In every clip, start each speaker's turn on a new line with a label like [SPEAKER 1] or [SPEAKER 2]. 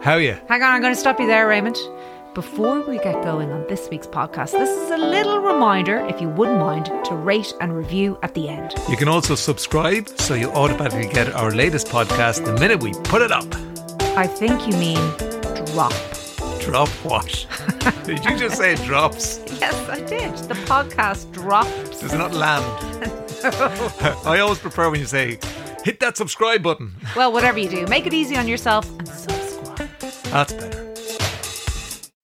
[SPEAKER 1] How are you?
[SPEAKER 2] Hang on, I'm going to stop you there, Raymond. Before we get going on this week's podcast, this is a little reminder, if you wouldn't mind, to rate and review at the end.
[SPEAKER 1] You can also subscribe so you'll automatically get our latest podcast the minute we put it up.
[SPEAKER 2] I think you mean drop.
[SPEAKER 1] Drop what? Did you just say drops?
[SPEAKER 2] Yes, I did. The podcast drops.
[SPEAKER 1] Does not land. I always prefer when you say, hit that subscribe button.
[SPEAKER 2] Well, whatever you do, make it easy on yourself and subscribe.
[SPEAKER 1] That's better.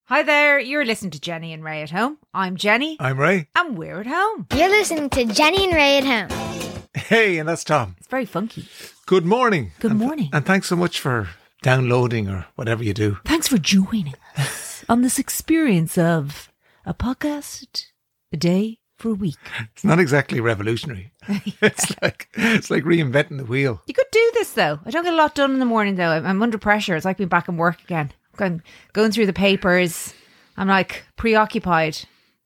[SPEAKER 2] Hi there, you're listening to Jenny and Ray at Home. I'm Jenny,
[SPEAKER 1] I'm Ray.
[SPEAKER 2] and we're at home.
[SPEAKER 3] You're listening to Jenny and Ray at home.
[SPEAKER 1] Hey, and that's Tom.
[SPEAKER 2] It's very funky.
[SPEAKER 1] Good morning.
[SPEAKER 2] Good
[SPEAKER 1] And th-
[SPEAKER 2] morning.
[SPEAKER 1] and thanks so much for downloading or whatever you do.
[SPEAKER 2] Thanks for joining us on this experience of a podcast a day for a week.
[SPEAKER 1] It's not exactly revolutionary. It's like it's like reinventing the wheel.
[SPEAKER 2] You could do this though. I don't get a lot done in the morning though. I'm, I'm under pressure. It's like being back in work again. Going going through the papers. I'm like preoccupied.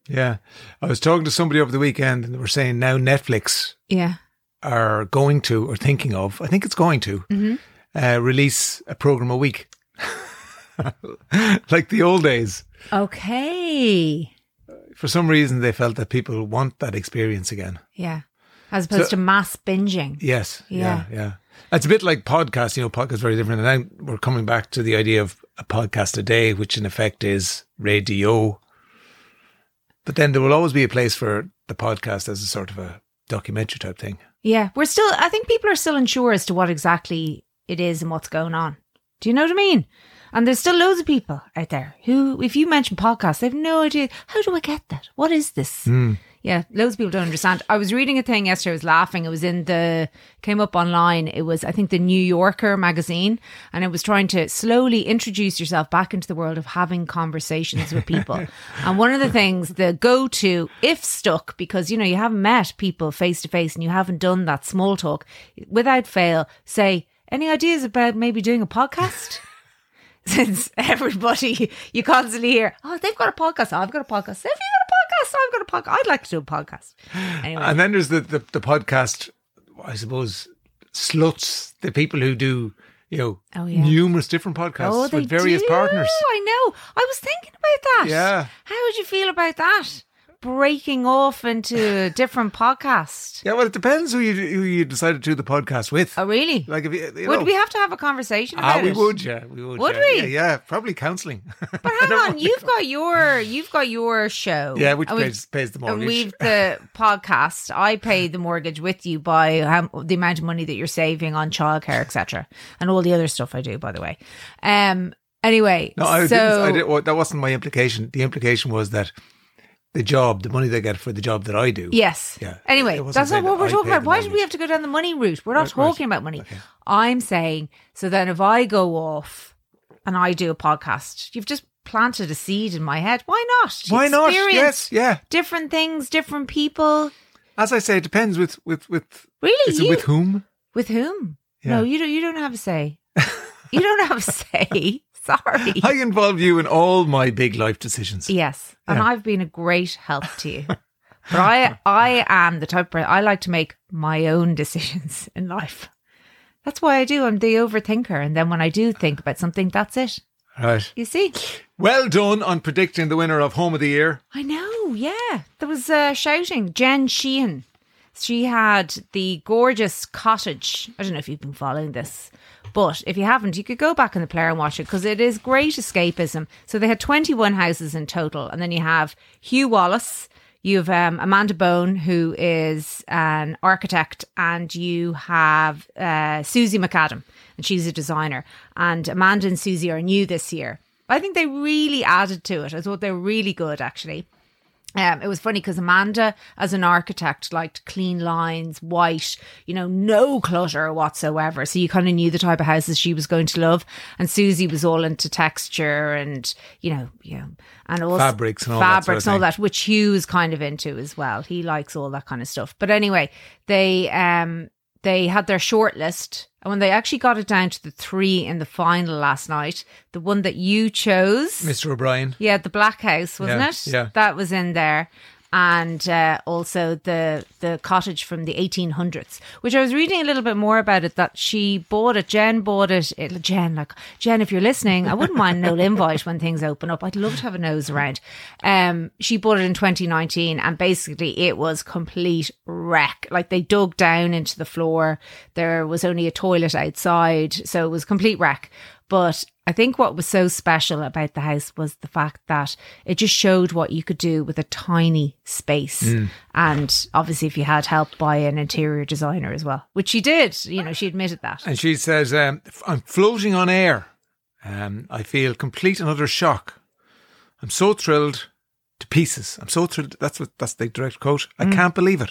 [SPEAKER 1] Yeah. I was talking to somebody over the weekend and they were saying now Netflix
[SPEAKER 2] Yeah.
[SPEAKER 1] are going to or thinking of, I think it's going to, uh, release a program a week. like the old days.
[SPEAKER 2] Okay.
[SPEAKER 1] For some reason, they felt that people want that experience again.
[SPEAKER 2] Yeah. As opposed
[SPEAKER 1] So-
[SPEAKER 2] to mass binging.
[SPEAKER 1] Yes. Yeah. Yeah. It's a bit like podcasts. You know, podcasts are very different. And now we're coming back to the idea of a podcast a day, which in effect is radio. But then there will always be a place for the podcast as a sort of a documentary type thing.
[SPEAKER 2] Yeah. We're still I think people are still unsure as to what exactly it is and what's going on. Do you know what I mean? And there's still loads of people out there who if you mention podcasts, they have no idea how do I get that? What is this? Yeah, loads of people don't understand. I was reading a thing yesterday. I was laughing. It was in the came up online. It was I think the New Yorker magazine, and it was trying to slowly introduce yourself back into the world of having conversations with people. and one of the things, the go to, if stuck, because you know you haven't met people face to face and you haven't done that small talk, without fail, say any ideas about maybe doing a podcast since everybody you constantly hear, oh, they've got a podcast. Oh, I've got a podcast. Have you got a podcast? I've got a podcast. I'd like to do a podcast. Anyway,
[SPEAKER 1] And then there's the, the, the podcast, I suppose, sluts, the people who do, you know,
[SPEAKER 2] Oh, yeah.
[SPEAKER 1] numerous different podcasts
[SPEAKER 2] oh, they
[SPEAKER 1] with various
[SPEAKER 2] do.
[SPEAKER 1] partners.
[SPEAKER 2] I know. I was thinking about that.
[SPEAKER 1] Yeah.
[SPEAKER 2] How would you feel about that? Breaking off into a different podcast.
[SPEAKER 1] Yeah, well, it depends who you who you decided to do the podcast with.
[SPEAKER 2] Oh, really?
[SPEAKER 1] Like, if you, you
[SPEAKER 2] would
[SPEAKER 1] know,
[SPEAKER 2] we have to have a conversation about
[SPEAKER 1] Ah, we
[SPEAKER 2] it?
[SPEAKER 1] would, yeah, we would.
[SPEAKER 2] Would
[SPEAKER 1] yeah.
[SPEAKER 2] we?
[SPEAKER 1] Yeah, yeah, probably counselling.
[SPEAKER 2] But hang on, you've got your you've got your show.
[SPEAKER 1] yeah, which
[SPEAKER 2] And we've-
[SPEAKER 1] pays, pays the
[SPEAKER 2] And
[SPEAKER 1] mortgage.
[SPEAKER 2] we've the podcast. I pay the mortgage with you by how, the amount of money that you're saving on childcare, etc., and all the other stuff I do, by the way. Um. Anyway,
[SPEAKER 1] no, I
[SPEAKER 2] so
[SPEAKER 1] didn't, I did well, that wasn't my implication. The implication was that the job, the money they get for the job that I do.
[SPEAKER 2] yes.
[SPEAKER 1] Yeah,
[SPEAKER 2] Anyway,
[SPEAKER 1] it wasn't
[SPEAKER 2] that's not
[SPEAKER 1] saying
[SPEAKER 2] what
[SPEAKER 1] that
[SPEAKER 2] we're
[SPEAKER 1] I
[SPEAKER 2] talking
[SPEAKER 1] pay
[SPEAKER 2] about.
[SPEAKER 1] the
[SPEAKER 2] Why did we
[SPEAKER 1] mortgage.
[SPEAKER 2] have to go down the money route? We're not
[SPEAKER 1] Right, right.
[SPEAKER 2] talking about money.
[SPEAKER 1] Okay.
[SPEAKER 2] I'm saying so. Then if I go off and I do a podcast, you've just planted a seed in my head. Why not?
[SPEAKER 1] Why not?
[SPEAKER 2] Experience
[SPEAKER 1] Yes, yeah.
[SPEAKER 2] Different things, different people.
[SPEAKER 1] As I say, it depends with with with.
[SPEAKER 2] Really,
[SPEAKER 1] Is
[SPEAKER 2] you
[SPEAKER 1] it with whom?
[SPEAKER 2] With whom? No,
[SPEAKER 1] Yeah.
[SPEAKER 2] you don't. You don't have a say. you don't have a say. Sorry.
[SPEAKER 1] I involve you in all my big life decisions.
[SPEAKER 2] yes, and
[SPEAKER 1] Yeah.
[SPEAKER 2] I've been a great help to you. but I, I am the type of person I like to make my own decisions in life. That's why I do. I'm the overthinker, and then when I do think about something, that's it.
[SPEAKER 1] Right.
[SPEAKER 2] You see,
[SPEAKER 1] Well done on predicting the winner of Home of the Year.
[SPEAKER 2] I know. Yeah, there was uh, shouting. Jen Sheehan. She had the gorgeous cottage. I don't know if you've been following this, but if you haven't, you could go back in the player and watch it because it is great escapism. So they had 21 houses in total, and then you have Hugh Wallace. You have um, Amanda Bone, who is an architect, and you have uh, Susie McAdam, and she's a designer. And Amanda and Susie are new this year. I think they really added to it. I thought they were really good, actually. Um, it was funny because Amanda, as an architect, liked clean lines, white, you know, no clutter whatsoever. So you kind of knew the type of houses she was going to love. And Susie was all into texture and, you know, you know, and also
[SPEAKER 1] Fabrics and all that sort of
[SPEAKER 2] fabrics and all
[SPEAKER 1] thing.
[SPEAKER 2] that, which Hugh is kind of into as well. He likes all that kind of stuff. But anyway, they um they had their short list, and when they actually got it down to the three in the final last night, the one that you chose,
[SPEAKER 1] Mr. O'Brien.
[SPEAKER 2] yeah, the Black House, wasn't
[SPEAKER 1] Yeah,
[SPEAKER 2] it?
[SPEAKER 1] yeah.
[SPEAKER 2] That was in there. and uh, also the the cottage from the 1800s, which I was reading a little bit more about it. That she bought it, Jen bought it. it Jen, like Jen, if you're listening, I wouldn't mind no invite when things open up. I'd love to have a nose around. Um, she bought it in 2019, and basically it was complete wreck. Like they dug down into the floor. There was only a toilet outside, so it was complete wreck. But I think what was so special about the house was the fact that it just showed what you could do with a tiny space. And obviously, if you had help by an interior designer as well, which she did, you know, she admitted that.
[SPEAKER 1] And she says, um, "F- I'm floating on air. Um, I feel complete and utter shock. I'm so thrilled to pieces. I'm so thrilled. That's what that's the direct quote. I can't believe it,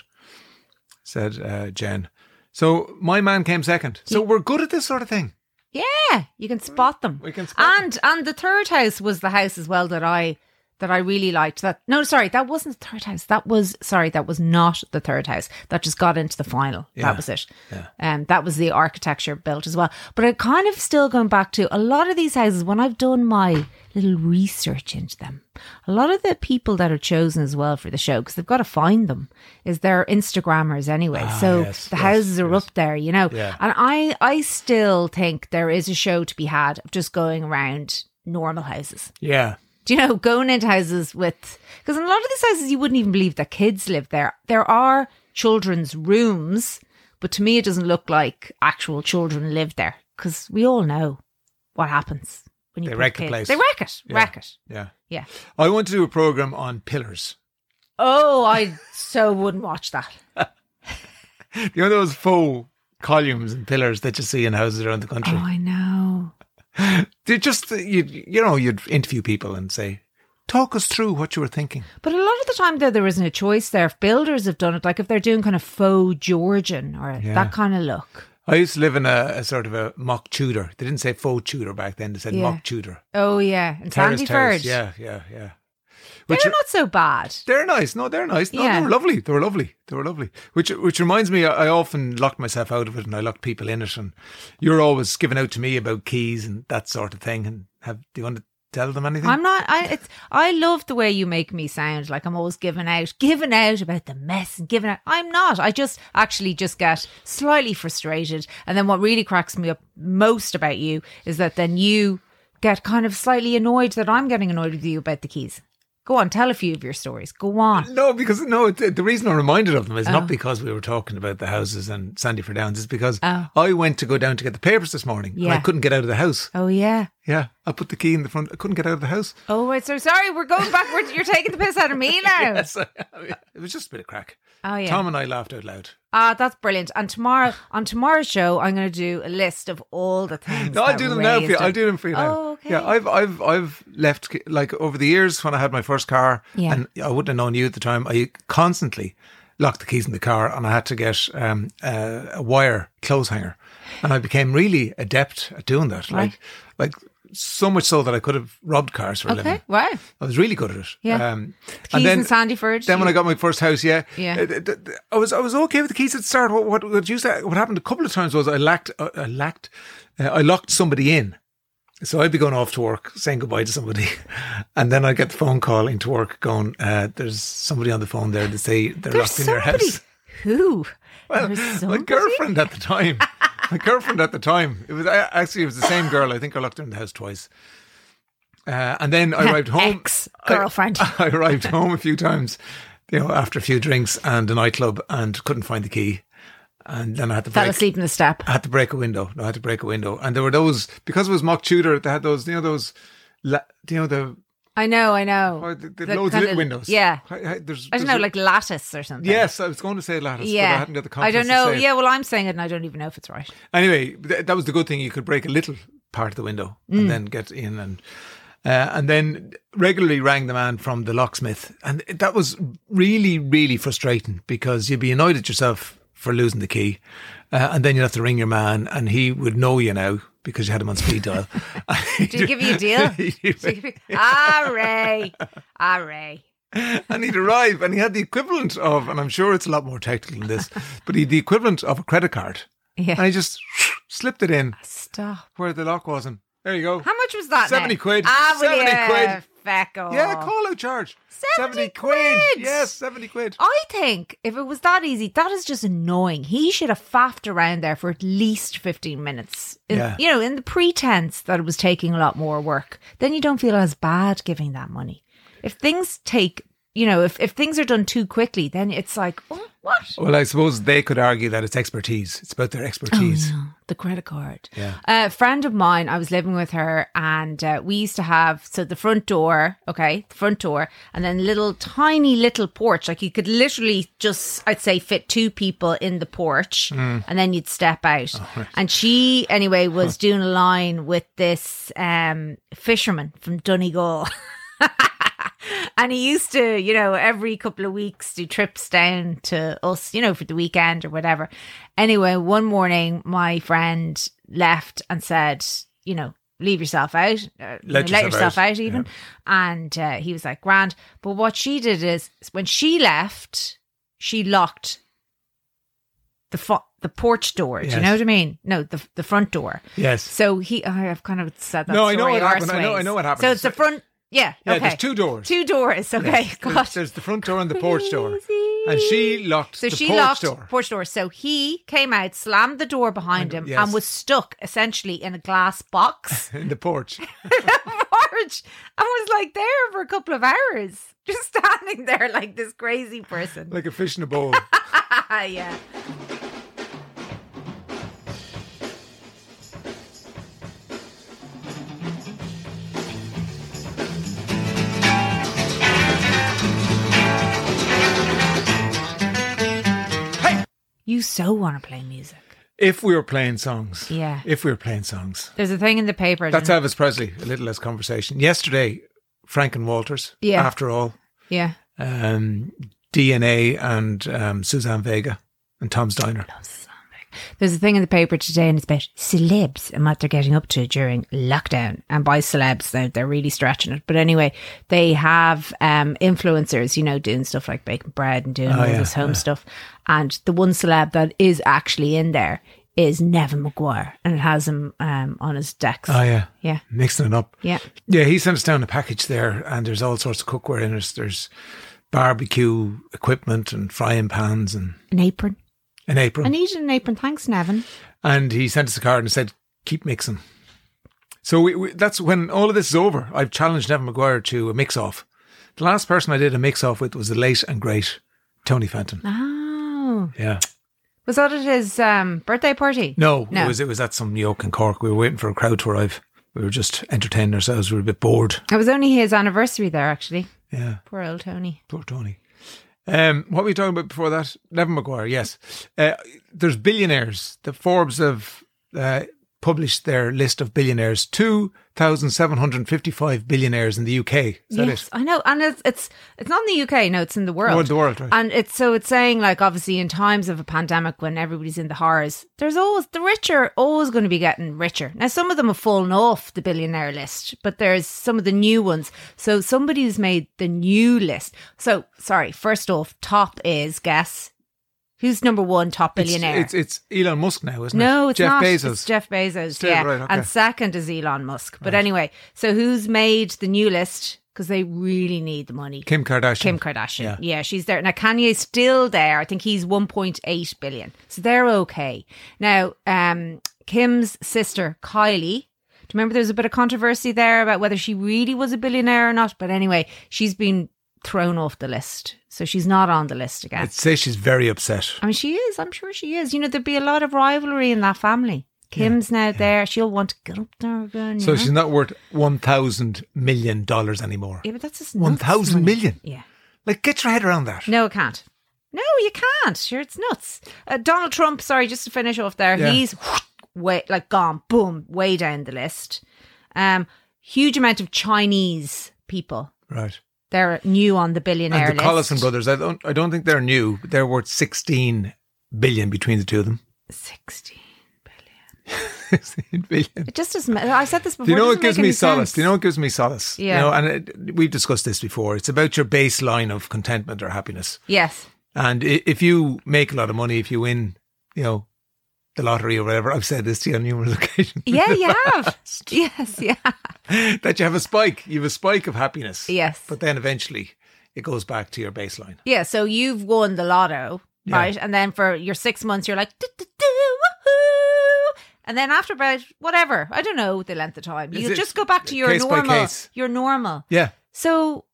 [SPEAKER 1] said uh, Jen. So my man came second. So we're good at this sort of thing.
[SPEAKER 2] Yeah, you can spot them.
[SPEAKER 1] Mm. We can spot
[SPEAKER 2] and and the third house was the house as well that I that I really liked. That no, sorry, that wasn't the third house. That was sorry, that was not the third house. That just got into the final.
[SPEAKER 1] Yeah,
[SPEAKER 2] That was it.
[SPEAKER 1] yeah.
[SPEAKER 2] Um, that was the architecture built as well. But I kind of still going back to a lot of these houses when I've done my little research into them. A lot of the people that are chosen as well for the show because they've got to find them is they're Instagrammers anyway. so
[SPEAKER 1] yes,
[SPEAKER 2] the
[SPEAKER 1] yes,
[SPEAKER 2] houses are
[SPEAKER 1] yes.
[SPEAKER 2] up there, you know.
[SPEAKER 1] Yeah.
[SPEAKER 2] And I, I still think there is a show to be had of just going around normal houses.
[SPEAKER 1] Yeah,
[SPEAKER 2] Do you know, going into houses with, because in a lot of these houses, you wouldn't even believe that kids live there. There are children's rooms, but to me, it doesn't look like actual children live there because we all know what happens when you
[SPEAKER 1] They
[SPEAKER 2] put
[SPEAKER 1] wreck the
[SPEAKER 2] kids-
[SPEAKER 1] place.
[SPEAKER 2] They wreck it,
[SPEAKER 1] Yeah.
[SPEAKER 2] wreck it.
[SPEAKER 1] yeah.
[SPEAKER 2] Yeah.
[SPEAKER 1] I want to do a program on pillars.
[SPEAKER 2] Oh, I so wouldn't watch that.
[SPEAKER 1] You know those faux columns and pillars that you see in houses around the
[SPEAKER 2] Oh,
[SPEAKER 1] country.
[SPEAKER 2] I know.
[SPEAKER 1] They're just you. You know, you'd interview people and say, "Talk us through what you were thinking."
[SPEAKER 2] But a lot of the time, though, there isn't a choice there. If builders have done it, like if they're doing kind of faux Georgian or
[SPEAKER 1] Yeah.
[SPEAKER 2] that kind of look.
[SPEAKER 1] I used to live in a, a sort of a mock Tudor. They didn't say faux Tudor back then. They said
[SPEAKER 2] Yeah.
[SPEAKER 1] mock Tudor.
[SPEAKER 2] Oh, yeah. And Sandy
[SPEAKER 1] terrace,
[SPEAKER 2] Verge.
[SPEAKER 1] Yeah, yeah, yeah. Which they're,
[SPEAKER 2] They're not so bad.
[SPEAKER 1] they're nice. No, they're nice. No,
[SPEAKER 2] Yeah.
[SPEAKER 1] they were lovely. They were lovely. They were lovely. Which which reminds me, I I often locked myself out of it, and I locked people in it. And you're always giving out to me about keys and that sort of thing. And have do you want to tell them anything?
[SPEAKER 2] I'm not. I it's. I love the way you make me sound like I'm always giving out, giving out about the mess and giving out. I'm not. I just actually just get slightly frustrated, and then what really cracks me up most about you is that then you get kind of slightly annoyed that I'm getting annoyed with you about the keys. Go on, tell a few of your stories. Go on.
[SPEAKER 1] No, because no, the, the reason I'm reminded of them is
[SPEAKER 2] Oh.
[SPEAKER 1] not because we were talking about the houses and Sandyford Downs. It's because
[SPEAKER 2] Oh.
[SPEAKER 1] I went to go down to get the papers this morning and
[SPEAKER 2] Yeah.
[SPEAKER 1] I couldn't get out of the house.
[SPEAKER 2] Oh yeah.
[SPEAKER 1] Yeah, I put the key in the front. I couldn't get out of the house.
[SPEAKER 2] Oh, right. So sorry. We're going backwards. You're taking the piss out of me now.
[SPEAKER 1] So, it was just a bit of crack.
[SPEAKER 2] Oh yeah.
[SPEAKER 1] Tom and I laughed out loud.
[SPEAKER 2] Ah, that's brilliant. And tomorrow on tomorrow's show, I'm going to do a list of all the things.
[SPEAKER 1] No, I'll
[SPEAKER 2] that
[SPEAKER 1] do them now for
[SPEAKER 2] raised
[SPEAKER 1] you. I'll
[SPEAKER 2] it.
[SPEAKER 1] do them for you now.
[SPEAKER 2] Oh, okay.
[SPEAKER 1] Yeah, I've I've I've left like over the years when I had my first car,
[SPEAKER 2] Yeah.
[SPEAKER 1] and I wouldn't have known you at the time. I constantly locked the keys in the car, and I had to get um, uh, a wire clothes hanger, and I became really adept at doing that.
[SPEAKER 2] Right.
[SPEAKER 1] Like like so much so that I could have robbed cars for a
[SPEAKER 2] Okay.
[SPEAKER 1] living.
[SPEAKER 2] Wow.
[SPEAKER 1] I was really good at it.
[SPEAKER 2] Yeah.
[SPEAKER 1] Um,
[SPEAKER 2] Keys in Sandyford.
[SPEAKER 1] Then when I got my first house, yeah,
[SPEAKER 2] Yeah.
[SPEAKER 1] uh, th- th- th- I was I was okay with the keys at the start. What what what, used to, what happened a couple of times was I lacked uh, I lacked uh, I locked somebody in, so I'd be going off to work saying goodbye to somebody, and then I would get the phone call into work going, uh, "There's somebody on the phone there that say they're
[SPEAKER 2] there's
[SPEAKER 1] locked in your
[SPEAKER 2] somebody
[SPEAKER 1] house."
[SPEAKER 2] who there's
[SPEAKER 1] My
[SPEAKER 2] somebody.
[SPEAKER 1] girlfriend at the time, my girlfriend at the time, it was I- actually it was the same girl. I think I locked her in the house twice. Uh, and then I arrived home.
[SPEAKER 2] Ex-girlfriend.
[SPEAKER 1] I, I arrived home a few times, you know, after a few drinks and a nightclub, and couldn't find the key. And then I had to
[SPEAKER 2] Fell
[SPEAKER 1] break-
[SPEAKER 2] asleep in the step.
[SPEAKER 1] I had to break a window. No, I had to break a window, and there were those because it was mock Tudor. They had those, you know, those, la- you know, the,
[SPEAKER 2] I know, I know.
[SPEAKER 1] oh, the, the,
[SPEAKER 2] That
[SPEAKER 1] loads of
[SPEAKER 2] kind
[SPEAKER 1] little windows.
[SPEAKER 2] Yeah.
[SPEAKER 1] I, I, there's,
[SPEAKER 2] I
[SPEAKER 1] there's
[SPEAKER 2] don't know,
[SPEAKER 1] a-
[SPEAKER 2] like lattice or something.
[SPEAKER 1] yes, I was going to say lattice, but I
[SPEAKER 2] Yeah.
[SPEAKER 1] hadn't got the
[SPEAKER 2] I
[SPEAKER 1] confidence.
[SPEAKER 2] don't
[SPEAKER 1] to
[SPEAKER 2] know.
[SPEAKER 1] say it.
[SPEAKER 2] Yeah, well, I'm saying it and I don't even know if it's right.
[SPEAKER 1] Anyway, th- that was the good thing. You could break a little part of the window
[SPEAKER 2] Mm.
[SPEAKER 1] and then get in and. Uh, and then regularly rang the man from the locksmith. And that was really, really frustrating because you'd be annoyed at yourself for losing the key. Uh, and then you'd have to ring your man, and he would know you now because you had him on speed dial.
[SPEAKER 2] Did he give you a deal? Did he give you- ah, Ray. Ah, Ray.
[SPEAKER 1] and he'd arrive and he had the equivalent of, and I'm sure it's a lot more technical than this, but he had the equivalent of a credit card. And
[SPEAKER 2] Yeah.
[SPEAKER 1] he just slipped it in
[SPEAKER 2] Stop.
[SPEAKER 1] where the lock wasn't. There you go.
[SPEAKER 2] How much was that? now?
[SPEAKER 1] 70 quid.
[SPEAKER 2] Ah, will
[SPEAKER 1] 70
[SPEAKER 2] you?
[SPEAKER 1] quid.
[SPEAKER 2] Feckle.
[SPEAKER 1] Yeah, call out charge.
[SPEAKER 2] 70 quid.
[SPEAKER 1] Yes, 70 quid.
[SPEAKER 2] I think if it was that easy, that is just annoying. He should have faffed around there for at least 15 minutes. In-
[SPEAKER 1] Yeah.
[SPEAKER 2] You know, in the pretense that it was taking a lot more work, then you don't feel as bad giving that money. If things take, you know, if, if things are done too quickly, then it's like, oh, what?
[SPEAKER 1] Well, I suppose they could argue that it's expertise. It's about their expertise.
[SPEAKER 2] Oh, The credit card.
[SPEAKER 1] Yeah.
[SPEAKER 2] A friend of mine, I was living with her, and uh, we used to have so the front door, okay, the front door, and then little tiny little porch. Like you could literally just, I'd say, fit two people in the porch, and then you'd step out. And she, anyway, was doing a line with this um, fisherman from Donegal. And he used to, you know, every couple of weeks do trips down to us, you know, for the weekend or whatever. Anyway, one morning my friend left and said, you know, leave yourself out, uh, you know, let, yourself, out, even. And uh, he was like, grand. But what she did is when she left, she locked the fo- the porch door. Do
[SPEAKER 1] Yes.
[SPEAKER 2] you know what I mean? No, the the front door.
[SPEAKER 1] Yes.
[SPEAKER 2] So he, oh, I've kind of said that.
[SPEAKER 1] No, I know
[SPEAKER 2] story
[SPEAKER 1] what happened. I know-
[SPEAKER 2] arseways.
[SPEAKER 1] I know what happened.
[SPEAKER 2] So it's the front. Yeah.
[SPEAKER 1] Yeah,
[SPEAKER 2] okay.
[SPEAKER 1] there's two doors.
[SPEAKER 2] Two doors. Okay.
[SPEAKER 1] Yes.
[SPEAKER 2] God.
[SPEAKER 1] There's, there's the front door and the porch door.
[SPEAKER 2] Crazy.
[SPEAKER 1] And she locked
[SPEAKER 2] so
[SPEAKER 1] the
[SPEAKER 2] she
[SPEAKER 1] porch
[SPEAKER 2] locked
[SPEAKER 1] door.
[SPEAKER 2] porch door. So he came out, slammed the door behind him,
[SPEAKER 1] yes.
[SPEAKER 2] and was stuck essentially in a glass box
[SPEAKER 1] in the porch.
[SPEAKER 2] porch, and was like there for a couple of hours, just standing there like this crazy person.
[SPEAKER 1] like a fish in a bowl.
[SPEAKER 2] Ah, yeah. You so want to play music.
[SPEAKER 1] if we were playing songs.
[SPEAKER 2] Yeah.
[SPEAKER 1] If we were playing songs.
[SPEAKER 2] There's a thing in the paper.
[SPEAKER 1] That's
[SPEAKER 2] then-
[SPEAKER 1] Elvis Presley, a little less conversation. Yesterday, Frank and Walters,
[SPEAKER 2] Yeah.
[SPEAKER 1] after all,
[SPEAKER 2] yeah.
[SPEAKER 1] um, DNA and um, Suzanne Vega and Tom's Diner.
[SPEAKER 2] There's a thing in the paper today, and it's about celebs and what they're getting up to during lockdown. And by celebs, they're, they're really stretching it. But anyway, they have um, influencers, you know, doing stuff like baking bread and doing all
[SPEAKER 1] Oh, yeah,
[SPEAKER 2] this home stuff. And the one celeb that is actually in there is Nevin McGuire, and it has him um, on his decks.
[SPEAKER 1] Oh, yeah.
[SPEAKER 2] yeah,
[SPEAKER 1] Mixing it up.
[SPEAKER 2] yeah.
[SPEAKER 1] Yeah, he sent us down a package there, and there's all sorts of cookware in it. There's barbecue equipment and frying pans and
[SPEAKER 2] An apron.
[SPEAKER 1] an apron.
[SPEAKER 2] I needed an apron. Thanks, Nevin.
[SPEAKER 1] and he sent us a card and said, "Keep mixing." So we, we, that's when all of this is over. I've challenged Nevin Maguire to a mix-off. The last person I did a mix-off with was the late and great Tony Fenton.
[SPEAKER 2] Oh,
[SPEAKER 1] Yeah,
[SPEAKER 2] was that at his um, birthday party?
[SPEAKER 1] no,
[SPEAKER 2] No.
[SPEAKER 1] it was it was at some yoke in Cork. We were waiting for a crowd to arrive. We were just entertaining ourselves. We were a bit bored.
[SPEAKER 2] It was only his anniversary there, actually.
[SPEAKER 1] Yeah,
[SPEAKER 2] Poor old Tony.
[SPEAKER 1] poor Tony. Um, what were we talking about before that? Nevin Maguire. Yes, uh, there's billionaires. The Forbes have uh, published their list of billionaires. Two thousand seven hundred fifty-five billionaires in the UK. Is that it?
[SPEAKER 2] yes, I know, and it's it's it's not in the UK. No, it's in the world.
[SPEAKER 1] Oh, in the world, right.
[SPEAKER 2] And it's so it's saying like obviously in times of a pandemic when everybody's in the horrors, there's always the rich are always going to be getting richer. Now some of them have fallen off the billionaire list, but there's some of the new ones. So somebody's made the new list. So sorry, first off, top is guess who's number one top
[SPEAKER 1] It's-
[SPEAKER 2] billionaire.
[SPEAKER 1] It's, it's Elon Musk now, isn't it?
[SPEAKER 2] No, it's
[SPEAKER 1] Jeff
[SPEAKER 2] not.
[SPEAKER 1] Bezos.
[SPEAKER 2] It's Jeff Bezos.
[SPEAKER 1] Still,
[SPEAKER 2] yeah,
[SPEAKER 1] right, okay.
[SPEAKER 2] and second is Elon Musk. But anyway, so who's made the new list? Because they really need the money.
[SPEAKER 1] Kim Kardashian.
[SPEAKER 2] Kim Kardashian.
[SPEAKER 1] Yeah.
[SPEAKER 2] Yeah. she's there. Now Kanye's still there. I think he's 1.8 billion. So they're okay. Now, um, Kim's sister, Kylie. Do you remember there was a bit of controversy there about whether she really was a billionaire or not? But anyway, she's been thrown off the list. So she's not on the list again.
[SPEAKER 1] I'd say she's very upset.
[SPEAKER 2] I mean, she is. I'm sure she is. You know, there'd be a lot of rivalry in that family. Kim's now there. She'll want to get up there again.
[SPEAKER 1] So
[SPEAKER 2] you know?
[SPEAKER 1] she's not worth one thousand million dollars anymore.
[SPEAKER 2] Yeah, but that's just
[SPEAKER 1] One
[SPEAKER 2] nuts
[SPEAKER 1] thousand
[SPEAKER 2] money.
[SPEAKER 1] million.
[SPEAKER 2] Yeah.
[SPEAKER 1] Like, get your head around that.
[SPEAKER 2] No, it can't. No, you can't. Sure, it's nuts. Uh, Donald Trump. Sorry, just to finish off there.
[SPEAKER 1] Yeah.
[SPEAKER 2] He's way like gone. Boom, way down the list. Um, huge amount of Chinese people.
[SPEAKER 1] Right.
[SPEAKER 2] They're new on the billionaire
[SPEAKER 1] And the
[SPEAKER 2] list.
[SPEAKER 1] Collison brothers. I don't. I don't think they're new. But they're worth sixteen billion between the two of them.
[SPEAKER 2] Sixteen.
[SPEAKER 1] Sixteen billion.
[SPEAKER 2] It just doesn't. ma- I said this before.
[SPEAKER 1] Do you know
[SPEAKER 2] it
[SPEAKER 1] what
[SPEAKER 2] doesn't
[SPEAKER 1] gives
[SPEAKER 2] make
[SPEAKER 1] me
[SPEAKER 2] any
[SPEAKER 1] solace?
[SPEAKER 2] sense.
[SPEAKER 1] Do you know what gives me solace? You
[SPEAKER 2] Yeah.
[SPEAKER 1] know, and it, we've discussed this before. It's about your baseline of contentment or happiness.
[SPEAKER 2] Yes.
[SPEAKER 1] And i- if you make a lot of money, if you win, you know, the lottery or whatever, I've said this to you on numerous occasions.
[SPEAKER 2] Yeah, you have. yes, yeah.
[SPEAKER 1] that you have a spike. You have a spike of happiness.
[SPEAKER 2] Yes.
[SPEAKER 1] But then eventually it goes back to your baseline.
[SPEAKER 2] Yeah, so you've won the lotto,
[SPEAKER 1] Yeah.
[SPEAKER 2] right? And then for your six months, you're like, "Do, do, do, woohoo!" and then after about whatever, I don't know the length of time,
[SPEAKER 1] Is
[SPEAKER 2] you
[SPEAKER 1] it
[SPEAKER 2] just go back to your
[SPEAKER 1] case by
[SPEAKER 2] normal,
[SPEAKER 1] case?
[SPEAKER 2] your normal.
[SPEAKER 1] Yeah.
[SPEAKER 2] So,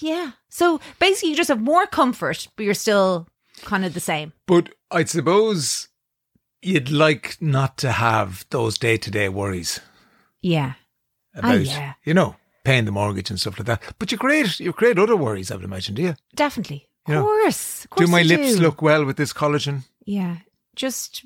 [SPEAKER 2] yeah, so basically, you just have more comfort, but you're still kind of the same.
[SPEAKER 1] But I suppose you'd like not to have those day to day worries
[SPEAKER 2] Yeah, Ah,
[SPEAKER 1] about,
[SPEAKER 2] yeah.
[SPEAKER 1] you know, paying the mortgage and stuff like that. But you create you create other worries, I would imagine, do you?
[SPEAKER 2] definitely. Of
[SPEAKER 1] You know,
[SPEAKER 2] course, of
[SPEAKER 1] Do
[SPEAKER 2] course
[SPEAKER 1] my
[SPEAKER 2] you
[SPEAKER 1] lips
[SPEAKER 2] do.
[SPEAKER 1] look well with this collagen?
[SPEAKER 2] Yeah, just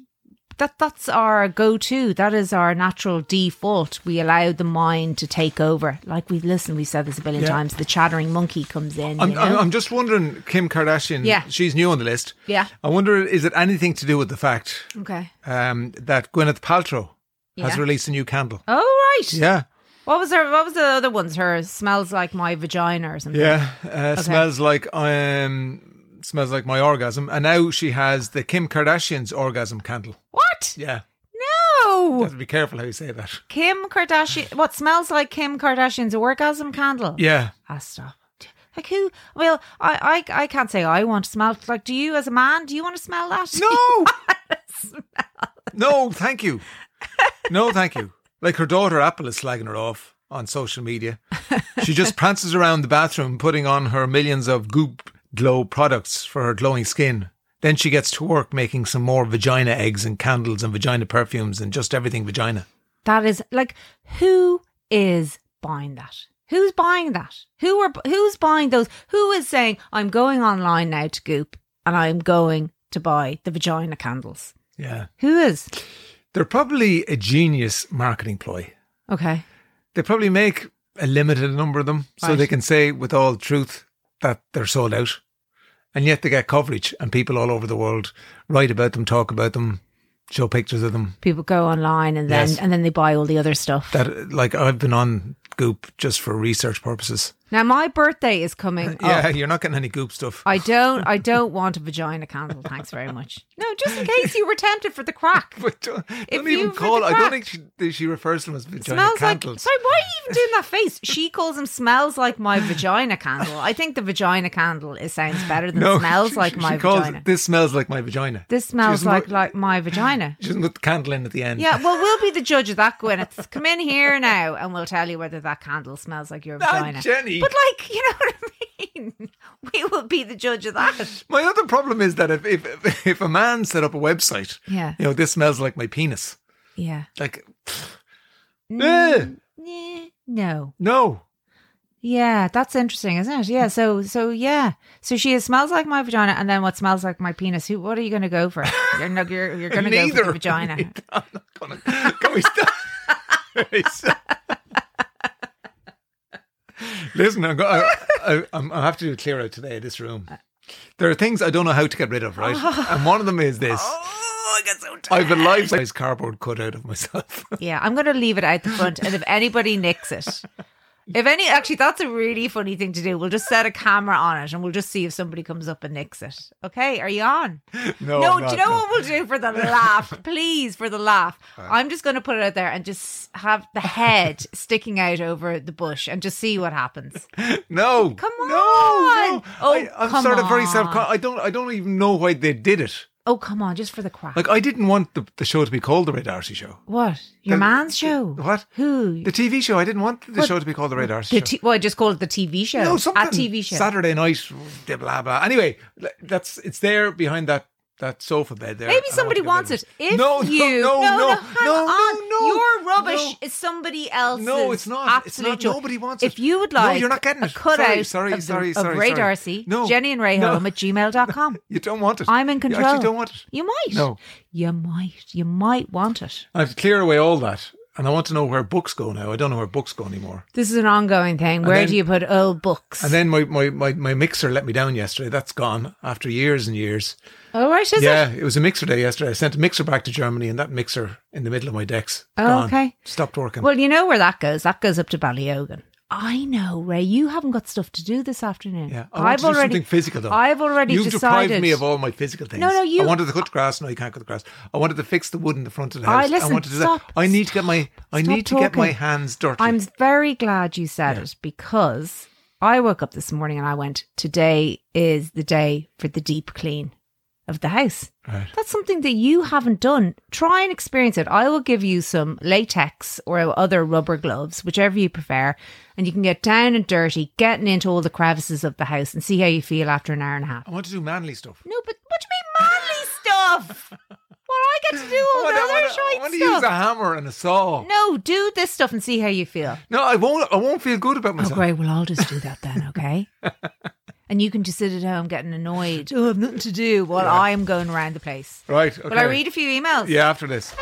[SPEAKER 2] that that's our go-to. That is our natural default. We allow the mind to take over. Like we've listened, we've said this a billion
[SPEAKER 1] Yeah.
[SPEAKER 2] times. The chattering monkey comes in.
[SPEAKER 1] I'm,
[SPEAKER 2] you know?
[SPEAKER 1] I'm, I'm just wondering, Kim Kardashian,
[SPEAKER 2] Yeah.
[SPEAKER 1] she's new on the list.
[SPEAKER 2] yeah.
[SPEAKER 1] I wonder, is it anything to do with the fact
[SPEAKER 2] Okay.
[SPEAKER 1] um, that Gwyneth Paltrow has
[SPEAKER 2] Yeah.
[SPEAKER 1] released a new candle?
[SPEAKER 2] Oh right.
[SPEAKER 1] Yeah,
[SPEAKER 2] What was her? What was the other ones? Her smells like my vagina or something.
[SPEAKER 1] yeah. Uh, Smells like um, smells like my orgasm, and now she has the Kim Kardashian's orgasm candle.
[SPEAKER 2] What?
[SPEAKER 1] Yeah, you
[SPEAKER 2] No.
[SPEAKER 1] have to be careful how you say that.
[SPEAKER 2] Kim Kardashian. What smells like Kim Kardashian's orgasm candle?
[SPEAKER 1] Yeah,
[SPEAKER 2] Ah, stop. Like who? Well, I, I, I can't say I want to smell. Like, do you as a man? Do you want to smell that?
[SPEAKER 1] no, no, thank you, no, thank you. Like her daughter Apple is slagging her off on social media. She just prances around the bathroom, putting on her millions of Goop Glow products for her glowing skin. Then she gets to work making some more vagina eggs and candles and vagina perfumes and just everything vagina.
[SPEAKER 2] That is like who is buying that? Who's buying that? Who are who's buying those? Who is saying I'm going online now to Goop and I'm going to buy the vagina candles?
[SPEAKER 1] Yeah.
[SPEAKER 2] Who is?
[SPEAKER 1] They're probably a genius marketing ploy.
[SPEAKER 2] Okay.
[SPEAKER 1] They probably make a limited number of them so
[SPEAKER 2] Right.
[SPEAKER 1] they can say with all truth that they're sold out. And yet they get coverage and people all over the world write about them, talk about them, show pictures of them.
[SPEAKER 2] People go online and then
[SPEAKER 1] Yes.
[SPEAKER 2] and then they buy all the other stuff.
[SPEAKER 1] That like I've been on Goop just for research purposes.
[SPEAKER 2] now my birthday is coming.
[SPEAKER 1] Yeah,
[SPEAKER 2] Up.
[SPEAKER 1] you're not getting any Goop stuff.
[SPEAKER 2] Oh. I don't I don't want a vagina candle, thanks very much. No, just in case you were tempted for the crack.
[SPEAKER 1] But don't, don't
[SPEAKER 2] you
[SPEAKER 1] even
[SPEAKER 2] were
[SPEAKER 1] call.
[SPEAKER 2] the
[SPEAKER 1] I don't
[SPEAKER 2] crack-
[SPEAKER 1] think she, that she refers to them as vagina
[SPEAKER 2] smells like.
[SPEAKER 1] candles.
[SPEAKER 2] Sorry, why are you even doing that face? She calls them smells like my vagina candle. I think the vagina candle is sounds better than smells
[SPEAKER 1] she-
[SPEAKER 2] like
[SPEAKER 1] she
[SPEAKER 2] my
[SPEAKER 1] calls
[SPEAKER 2] vagina.
[SPEAKER 1] it, this smells like my vagina.
[SPEAKER 2] this smells
[SPEAKER 1] She doesn't
[SPEAKER 2] like
[SPEAKER 1] put-
[SPEAKER 2] like my vagina.
[SPEAKER 1] She doesn't put the candle in at the end.
[SPEAKER 2] Yeah, well, we'll be the judge of that, Gwyneth. Come in here now, and we'll tell you whether that candle smells like your
[SPEAKER 1] Ah,
[SPEAKER 2] vagina.
[SPEAKER 1] Jenny.
[SPEAKER 2] But like, you know what I mean? We will be the judge of that.
[SPEAKER 1] My other problem is that if if if a man set up a website,
[SPEAKER 2] Yeah,
[SPEAKER 1] you know, this smells like my penis.
[SPEAKER 2] yeah.
[SPEAKER 1] Like, Eh.
[SPEAKER 2] Mm, nah, no.
[SPEAKER 1] no,
[SPEAKER 2] Yeah, that's interesting, isn't it? Yeah, so so yeah, so she is smells like my vagina, and then what smells like my penis? Who? What are you going to go for? You're no, you're, you're going to go for
[SPEAKER 1] neither.
[SPEAKER 2] the vagina.
[SPEAKER 1] I'm not gonna. Can we stop? Listen, I'm go- I, I, I'm, I have to do a clear out today. This room. There are things I don't know how to get rid of, right? And one of them is this.
[SPEAKER 2] Oh, I got so tired.
[SPEAKER 1] I have a life-size cardboard cutout of myself.
[SPEAKER 2] Yeah, I'm going to leave it out the front, and if anybody nicks it, if any, actually, that's a really funny thing to do. We'll just set a camera on it, and we'll just see if somebody comes up and nicks it. Okay, are you on?
[SPEAKER 1] No,
[SPEAKER 2] no,
[SPEAKER 1] Oh, I'm
[SPEAKER 2] do you
[SPEAKER 1] not,
[SPEAKER 2] know
[SPEAKER 1] no.
[SPEAKER 2] what we'll do for the laugh? Please, for the laugh. I'm just going to put it out there and just have the head sticking out over the bush and just see what happens.
[SPEAKER 1] No.
[SPEAKER 2] Come
[SPEAKER 1] No, no.
[SPEAKER 2] on. Oh,
[SPEAKER 1] I, I'm
[SPEAKER 2] come
[SPEAKER 1] sort of very
[SPEAKER 2] on.
[SPEAKER 1] self I don't I don't even know why they did it.
[SPEAKER 2] Oh, come on, just for the crack.
[SPEAKER 1] Like I didn't want the, the show to be called the Ray Darcy show.
[SPEAKER 2] what? Your
[SPEAKER 1] The-
[SPEAKER 2] man's
[SPEAKER 1] the-
[SPEAKER 2] show?
[SPEAKER 1] what?
[SPEAKER 2] Who?
[SPEAKER 1] The TV show. I didn't want the
[SPEAKER 2] What?
[SPEAKER 1] show to be called the Ray Darcy
[SPEAKER 2] The
[SPEAKER 1] show.
[SPEAKER 2] t- well, I just call it the TV show.
[SPEAKER 1] no, something
[SPEAKER 2] At TV show.
[SPEAKER 1] Saturday night blah blah blah. Anyway, l- that's it's there behind that that sofa bed there.
[SPEAKER 2] Maybe
[SPEAKER 1] and I
[SPEAKER 2] somebody
[SPEAKER 1] want
[SPEAKER 2] wants
[SPEAKER 1] to
[SPEAKER 2] it.
[SPEAKER 1] get rid
[SPEAKER 2] If
[SPEAKER 1] of No,
[SPEAKER 2] you
[SPEAKER 1] no, no, no,
[SPEAKER 2] hang
[SPEAKER 1] no,
[SPEAKER 2] on.
[SPEAKER 1] no, no,
[SPEAKER 2] your rubbish
[SPEAKER 1] no.
[SPEAKER 2] is somebody else's.
[SPEAKER 1] No, it's not. It's
[SPEAKER 2] Absolute
[SPEAKER 1] not.
[SPEAKER 2] joy.
[SPEAKER 1] Nobody wants
[SPEAKER 2] If
[SPEAKER 1] it.
[SPEAKER 2] you would
[SPEAKER 1] No,
[SPEAKER 2] like
[SPEAKER 1] you're not getting
[SPEAKER 2] a
[SPEAKER 1] it.
[SPEAKER 2] cutout
[SPEAKER 1] Sorry, sorry,
[SPEAKER 2] of, the-
[SPEAKER 1] sorry,
[SPEAKER 2] of
[SPEAKER 1] sorry,
[SPEAKER 2] Ray
[SPEAKER 1] sorry.
[SPEAKER 2] Darcy,
[SPEAKER 1] No.
[SPEAKER 2] Jenny and Ray
[SPEAKER 1] No.
[SPEAKER 2] Home at gmail.com.
[SPEAKER 1] You don't want it.
[SPEAKER 2] I'm in control.
[SPEAKER 1] You actually don't want it.
[SPEAKER 2] You might.
[SPEAKER 1] No.
[SPEAKER 2] You might. You might want it.
[SPEAKER 1] I have to clear away all that. And I want to know where books go now. I don't know where books go anymore.
[SPEAKER 2] This is an ongoing thing. Where
[SPEAKER 1] then-
[SPEAKER 2] do you put old books?
[SPEAKER 1] And then my, my, my, my mixer let me down yesterday. That's gone after years and years.
[SPEAKER 2] oh, right, is it?
[SPEAKER 1] yeah, it? was a mixer day yesterday. I sent a mixer back to Germany and that mixer in the middle of my decks.
[SPEAKER 2] Oh,
[SPEAKER 1] gone,
[SPEAKER 2] okay.
[SPEAKER 1] Stopped working.
[SPEAKER 2] Well, you know where that goes. That goes up to Ballyogan. I know, Ray. You haven't got stuff to do this afternoon.
[SPEAKER 1] Yeah, I want to do something physical though.
[SPEAKER 2] I've already
[SPEAKER 1] You've
[SPEAKER 2] decided.
[SPEAKER 1] deprived me of all my physical things.
[SPEAKER 2] No, no, you-
[SPEAKER 1] I wanted to cut grass. No, you can't cut the grass. I wanted to fix the wood in the front of the
[SPEAKER 2] Ah,
[SPEAKER 1] house.
[SPEAKER 2] listen,
[SPEAKER 1] I wanted to do
[SPEAKER 2] stop.
[SPEAKER 1] that. I need to get my. I
[SPEAKER 2] Stop
[SPEAKER 1] need to get my
[SPEAKER 2] talking.
[SPEAKER 1] hands dirty.
[SPEAKER 2] I'm very glad you said it because I woke up this morning and I went, today is the day for the deep clean of the house.
[SPEAKER 1] Right.
[SPEAKER 2] That's something that you haven't done. Try and experience it. I will give you some latex or other rubber gloves, whichever you prefer, and you can get down and dirty, getting into all the crevices of the house and see how you feel after an hour and a half.
[SPEAKER 1] I want to do manly stuff.
[SPEAKER 2] No, but what do you mean manly stuff? Well, I get to do all
[SPEAKER 1] Oh, I
[SPEAKER 2] the
[SPEAKER 1] wanna- I
[SPEAKER 2] other shite
[SPEAKER 1] want to use a
[SPEAKER 2] stuff.
[SPEAKER 1] hammer and a saw.
[SPEAKER 2] No, do this stuff and see how you feel.
[SPEAKER 1] No, I won't. I won't feel good about
[SPEAKER 2] Oh,
[SPEAKER 1] myself.
[SPEAKER 2] great. Well, I'll just do that then, okay? and you can just sit at home getting annoyed. Oh, I've nothing to do while I'm going around the place.
[SPEAKER 1] Right. Okay.
[SPEAKER 2] Will I read a few emails?
[SPEAKER 1] Yeah, after this.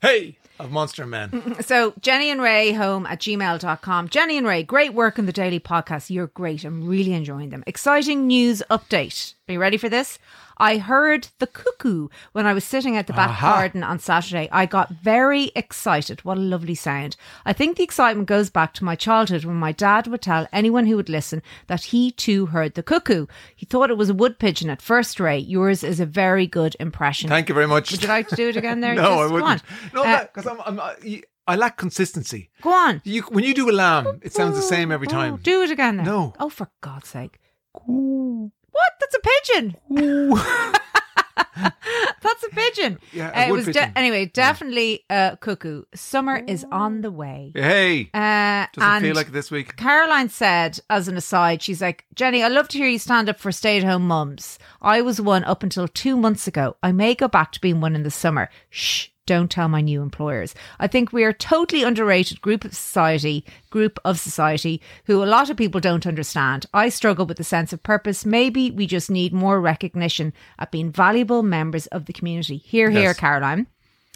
[SPEAKER 1] Hey, of Monster Man.
[SPEAKER 2] So, Jenny and Ray home at gmail.com. Jenny and Ray, great work on the daily podcast. You're great. I'm really enjoying them. Exciting news update. Are you ready for this? I heard the cuckoo when I was sitting at the back
[SPEAKER 1] Aha.
[SPEAKER 2] garden on Saturday. I got very excited. What a lovely sound. I think the excitement goes back to my childhood when my dad would tell anyone who would listen that he too heard the cuckoo. He thought it was a wood pigeon at first, Ray. Yours is a very good impression.
[SPEAKER 1] Thank you very much.
[SPEAKER 2] would you like to do it again there?
[SPEAKER 1] no,
[SPEAKER 2] Just
[SPEAKER 1] I
[SPEAKER 2] Go on.
[SPEAKER 1] wouldn't. No,
[SPEAKER 2] Uh,
[SPEAKER 1] because I'm, I'm, I, I lack consistency.
[SPEAKER 2] go on.
[SPEAKER 1] You, when you do a lamb, it sounds the same every time.
[SPEAKER 2] Oh, Do it again then.
[SPEAKER 1] No.
[SPEAKER 2] Oh, for God's sake. What? That's a pigeon. That's a pigeon.
[SPEAKER 1] Yeah,
[SPEAKER 2] Uh,
[SPEAKER 1] a
[SPEAKER 2] it
[SPEAKER 1] wood
[SPEAKER 2] was
[SPEAKER 1] pigeon.
[SPEAKER 2] anyway definitely uh, cuckoo. Summer is on the way.
[SPEAKER 1] Hey,
[SPEAKER 2] Uh,
[SPEAKER 1] doesn't
[SPEAKER 2] and
[SPEAKER 1] feel like it this week.
[SPEAKER 2] Caroline said, as an aside, she's like, Jenny, I love to hear you stand up for stay at home mums. I was one up until two months ago. I may go back to being one in the summer. Shh, don't tell my new employers. I think we are a totally underrated group of society, group of society who a lot of people don't understand. I struggle with the sense of purpose. Maybe we just need more recognition at being valuable members of the community. Here, here,
[SPEAKER 1] Yes.
[SPEAKER 2] Caroline.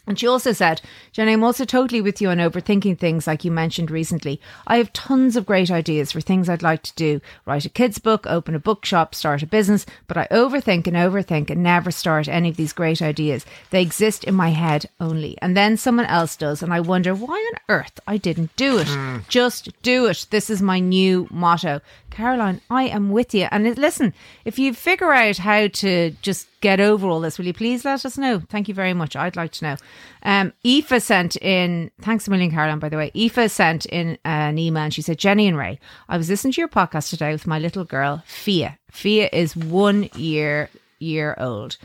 [SPEAKER 2] And she also said, Jenny, I'm also totally with you on overthinking things like you mentioned recently. I have tons of great ideas for things I'd like to do write a kids' book, open a bookshop, start a business, but I overthink and overthink and never start any of these great ideas. They exist in my head only. And then someone else does, and I wonder why on earth I didn't do it. Just do it. This is my new motto. Caroline, I am with you. And it- listen, if you figure out how to just get over all this, will you please let us know? Thank you very much. I'd like to know. Um, Aoife sent in, thanks a million, Caroline, by the way. Aoife sent in uh, an email and she said, Jenny and Ray, I was listening to your podcast today with my little girl, Fia. Fia is one year, year old.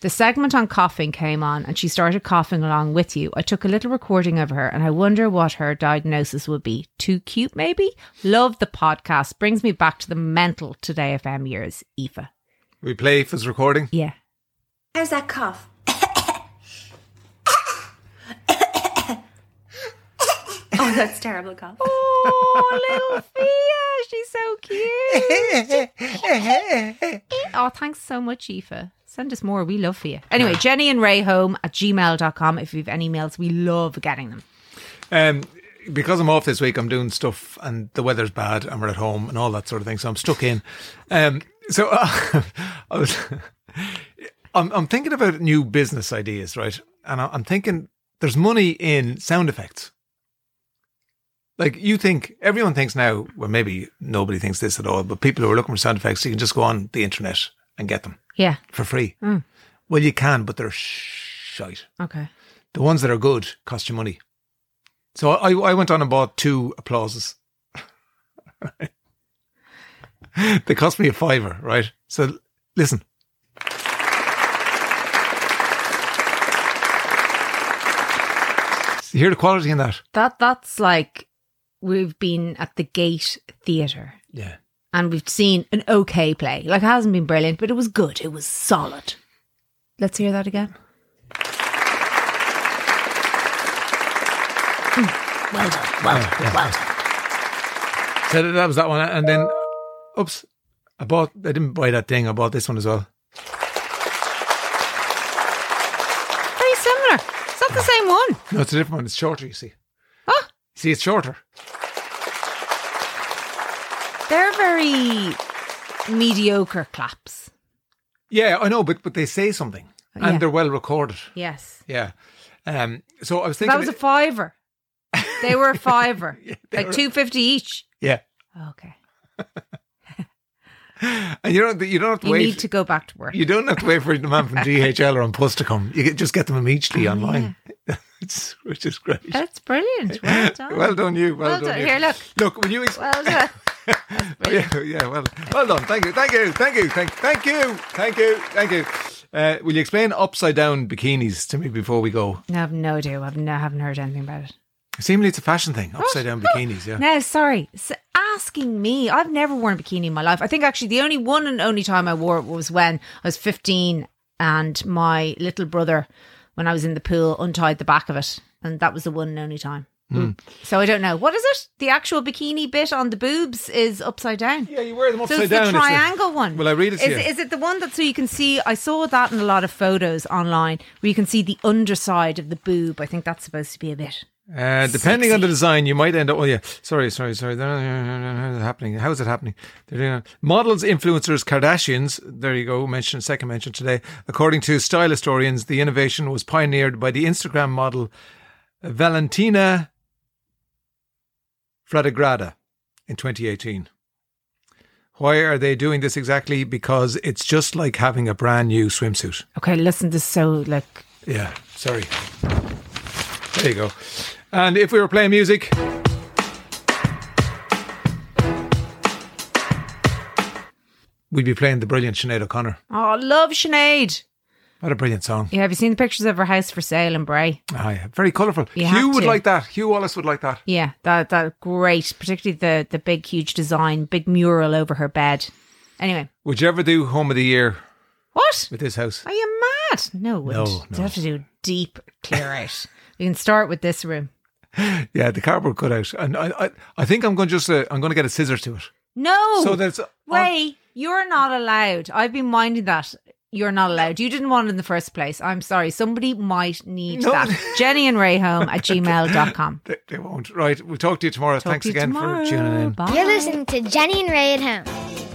[SPEAKER 2] The segment on coughing came on and she started coughing along with you. I took a little recording of her and I wonder what her diagnosis would be. Too cute, maybe? Love the podcast. Brings me back to the mental today FM years, Aoife.
[SPEAKER 1] We play if it's recording.
[SPEAKER 2] Yeah.
[SPEAKER 4] How's that cough? oh, that's terrible cough.
[SPEAKER 2] Oh, little Fia, she's so cute. oh, thanks so much, Aoife. Send us more. We love Fia. Anyway, Jenny and Ray home at gmail.com. If you've any emails, we love getting them.
[SPEAKER 1] Um, because I'm off this week, I'm doing stuff, and the weather's bad, and we're at home, and all that sort of thing. So I'm stuck in. Um, so I was, I'm, I'm thinking about new business ideas, right? And I- I'm thinking there's money in sound effects. Like you think, everyone thinks now. Well, maybe nobody thinks this at all, but people who are looking for sound effects, you can just go on the internet and get them
[SPEAKER 2] Yeah.
[SPEAKER 1] for free. Well, you can, but they're shite
[SPEAKER 2] Okay.
[SPEAKER 1] the ones that are good cost you money. So I, I went on and bought two applauses. they cost me a fiver, right? So listen. You hear the quality in that?
[SPEAKER 2] That That's like we've been at the Gate Theatre
[SPEAKER 1] Yeah.
[SPEAKER 2] and we've seen an okay play. Like, it hasn't been brilliant, but it was good. It was solid. Let's hear that again. Mm, Well done. Well done. Well done.
[SPEAKER 1] So that- that was that one. And then, oops, I bought, I didn't buy that thing. I bought this one as well.
[SPEAKER 2] Very similar. It's not the same one.
[SPEAKER 1] No, it's a different one. It's shorter, you see.
[SPEAKER 2] Ah.
[SPEAKER 1] See, it's shorter.
[SPEAKER 2] They're very mediocre claps.
[SPEAKER 1] Yeah, I know, but but they say something,
[SPEAKER 2] Uh, Yeah.
[SPEAKER 1] and they're well recorded.
[SPEAKER 2] Yes.
[SPEAKER 1] Yeah. Um. So I was thinking.
[SPEAKER 2] That was a fiver. They were a fiver.
[SPEAKER 1] they
[SPEAKER 2] like
[SPEAKER 1] were-
[SPEAKER 2] 250 each.
[SPEAKER 1] yeah.
[SPEAKER 2] Okay.
[SPEAKER 1] And you don't you don't have to
[SPEAKER 2] You
[SPEAKER 1] wait.
[SPEAKER 2] need to go back to work.
[SPEAKER 1] You don't have to wait for the man from DHL or on post to come. You can just get them immediately online. it's, which is great.
[SPEAKER 2] Oh, That's brilliant. Well done.
[SPEAKER 1] Well done, you. Well,
[SPEAKER 2] Well
[SPEAKER 1] done.
[SPEAKER 2] done.
[SPEAKER 1] you.
[SPEAKER 2] Here, look.
[SPEAKER 1] Look, when you. Ex- oh,
[SPEAKER 2] Well done.
[SPEAKER 1] yeah, yeah, well, well done. Thank you, thank you, thank you, thank, thank you, thank you, thank you. Uh, will you explain upside down bikinis to me before we go?
[SPEAKER 2] No, I have no idea. I've no, I haven't heard anything about it.
[SPEAKER 1] Seemingly, it's a fashion thing. Upside down bikinis. Yeah.
[SPEAKER 2] No, sorry. S asking me. I've never worn a bikini in my life. I think actually the only one and only time I wore it was when I was 15 and my little brother, when I was in the pool, untied the back of it. And that was the one and only time.
[SPEAKER 1] Hmm.
[SPEAKER 2] So I don't know. What is it? The actual bikini bit on the boobs is upside down.
[SPEAKER 1] Yeah, you wear them
[SPEAKER 2] So
[SPEAKER 1] upside
[SPEAKER 2] it's
[SPEAKER 1] down.
[SPEAKER 2] the
[SPEAKER 1] a-
[SPEAKER 2] triangle one.
[SPEAKER 1] Will I read it to
[SPEAKER 2] is,
[SPEAKER 1] you?
[SPEAKER 2] is it the one that so you can see? I saw that in a lot of photos online where you can see the underside of the boob. I think that's supposed to be a bit.
[SPEAKER 1] Uh, depending on the design, you might end up. Oh yeah, sorry, sorry, sorry. How's it happening? How is it happening? They're doing it. Models, influencers, Kardashians. There you go. Mentioned second mention today. According to style historians, the innovation was pioneered by the Instagram model Valentina Fradigrada in 2018. Why are they doing this exactly? Because it's just like having a brand new swimsuit.
[SPEAKER 2] Okay, listen, this is so like
[SPEAKER 1] Yeah, sorry. There you go. And if we were playing music. We'd be playing the brilliant Sinead O'Connor.
[SPEAKER 2] Oh, I love Sinead.
[SPEAKER 1] What a brilliant song.
[SPEAKER 2] Yeah, have you seen the pictures of her house for sale in Bray?
[SPEAKER 1] Aye, very colourful.
[SPEAKER 2] You
[SPEAKER 1] Hugh
[SPEAKER 2] have
[SPEAKER 1] would
[SPEAKER 2] to.
[SPEAKER 1] like that. Hugh Wallace would like that.
[SPEAKER 2] Yeah, that that great, particularly the the big huge design, big mural over her bed. Anyway,
[SPEAKER 1] Would you ever do Home of the Year
[SPEAKER 2] what?
[SPEAKER 1] with this house?
[SPEAKER 2] Are you mad? No, it wouldn't.
[SPEAKER 1] No,
[SPEAKER 2] You'd
[SPEAKER 1] no.
[SPEAKER 2] have to do deep clear out. we can start with this room.
[SPEAKER 1] Yeah, the cardboard cutout. And I, I, I think I'm going to just, uh, I'm going to get a scissor to it.
[SPEAKER 2] No.
[SPEAKER 1] So uh, that's
[SPEAKER 2] Way, you're not allowed. I've been minding that. You're not allowed. You didn't want it in the first place. I'm sorry. Somebody might need
[SPEAKER 1] No.
[SPEAKER 2] that. Jenny and Ray home at gmail.com.
[SPEAKER 1] They, they won't. Right, we'll talk to you tomorrow.
[SPEAKER 2] Talk
[SPEAKER 1] Thanks
[SPEAKER 2] to you
[SPEAKER 1] again
[SPEAKER 2] tomorrow.
[SPEAKER 1] for tuning in.
[SPEAKER 2] Bye.
[SPEAKER 3] You're listening to Jenny and Ray at home.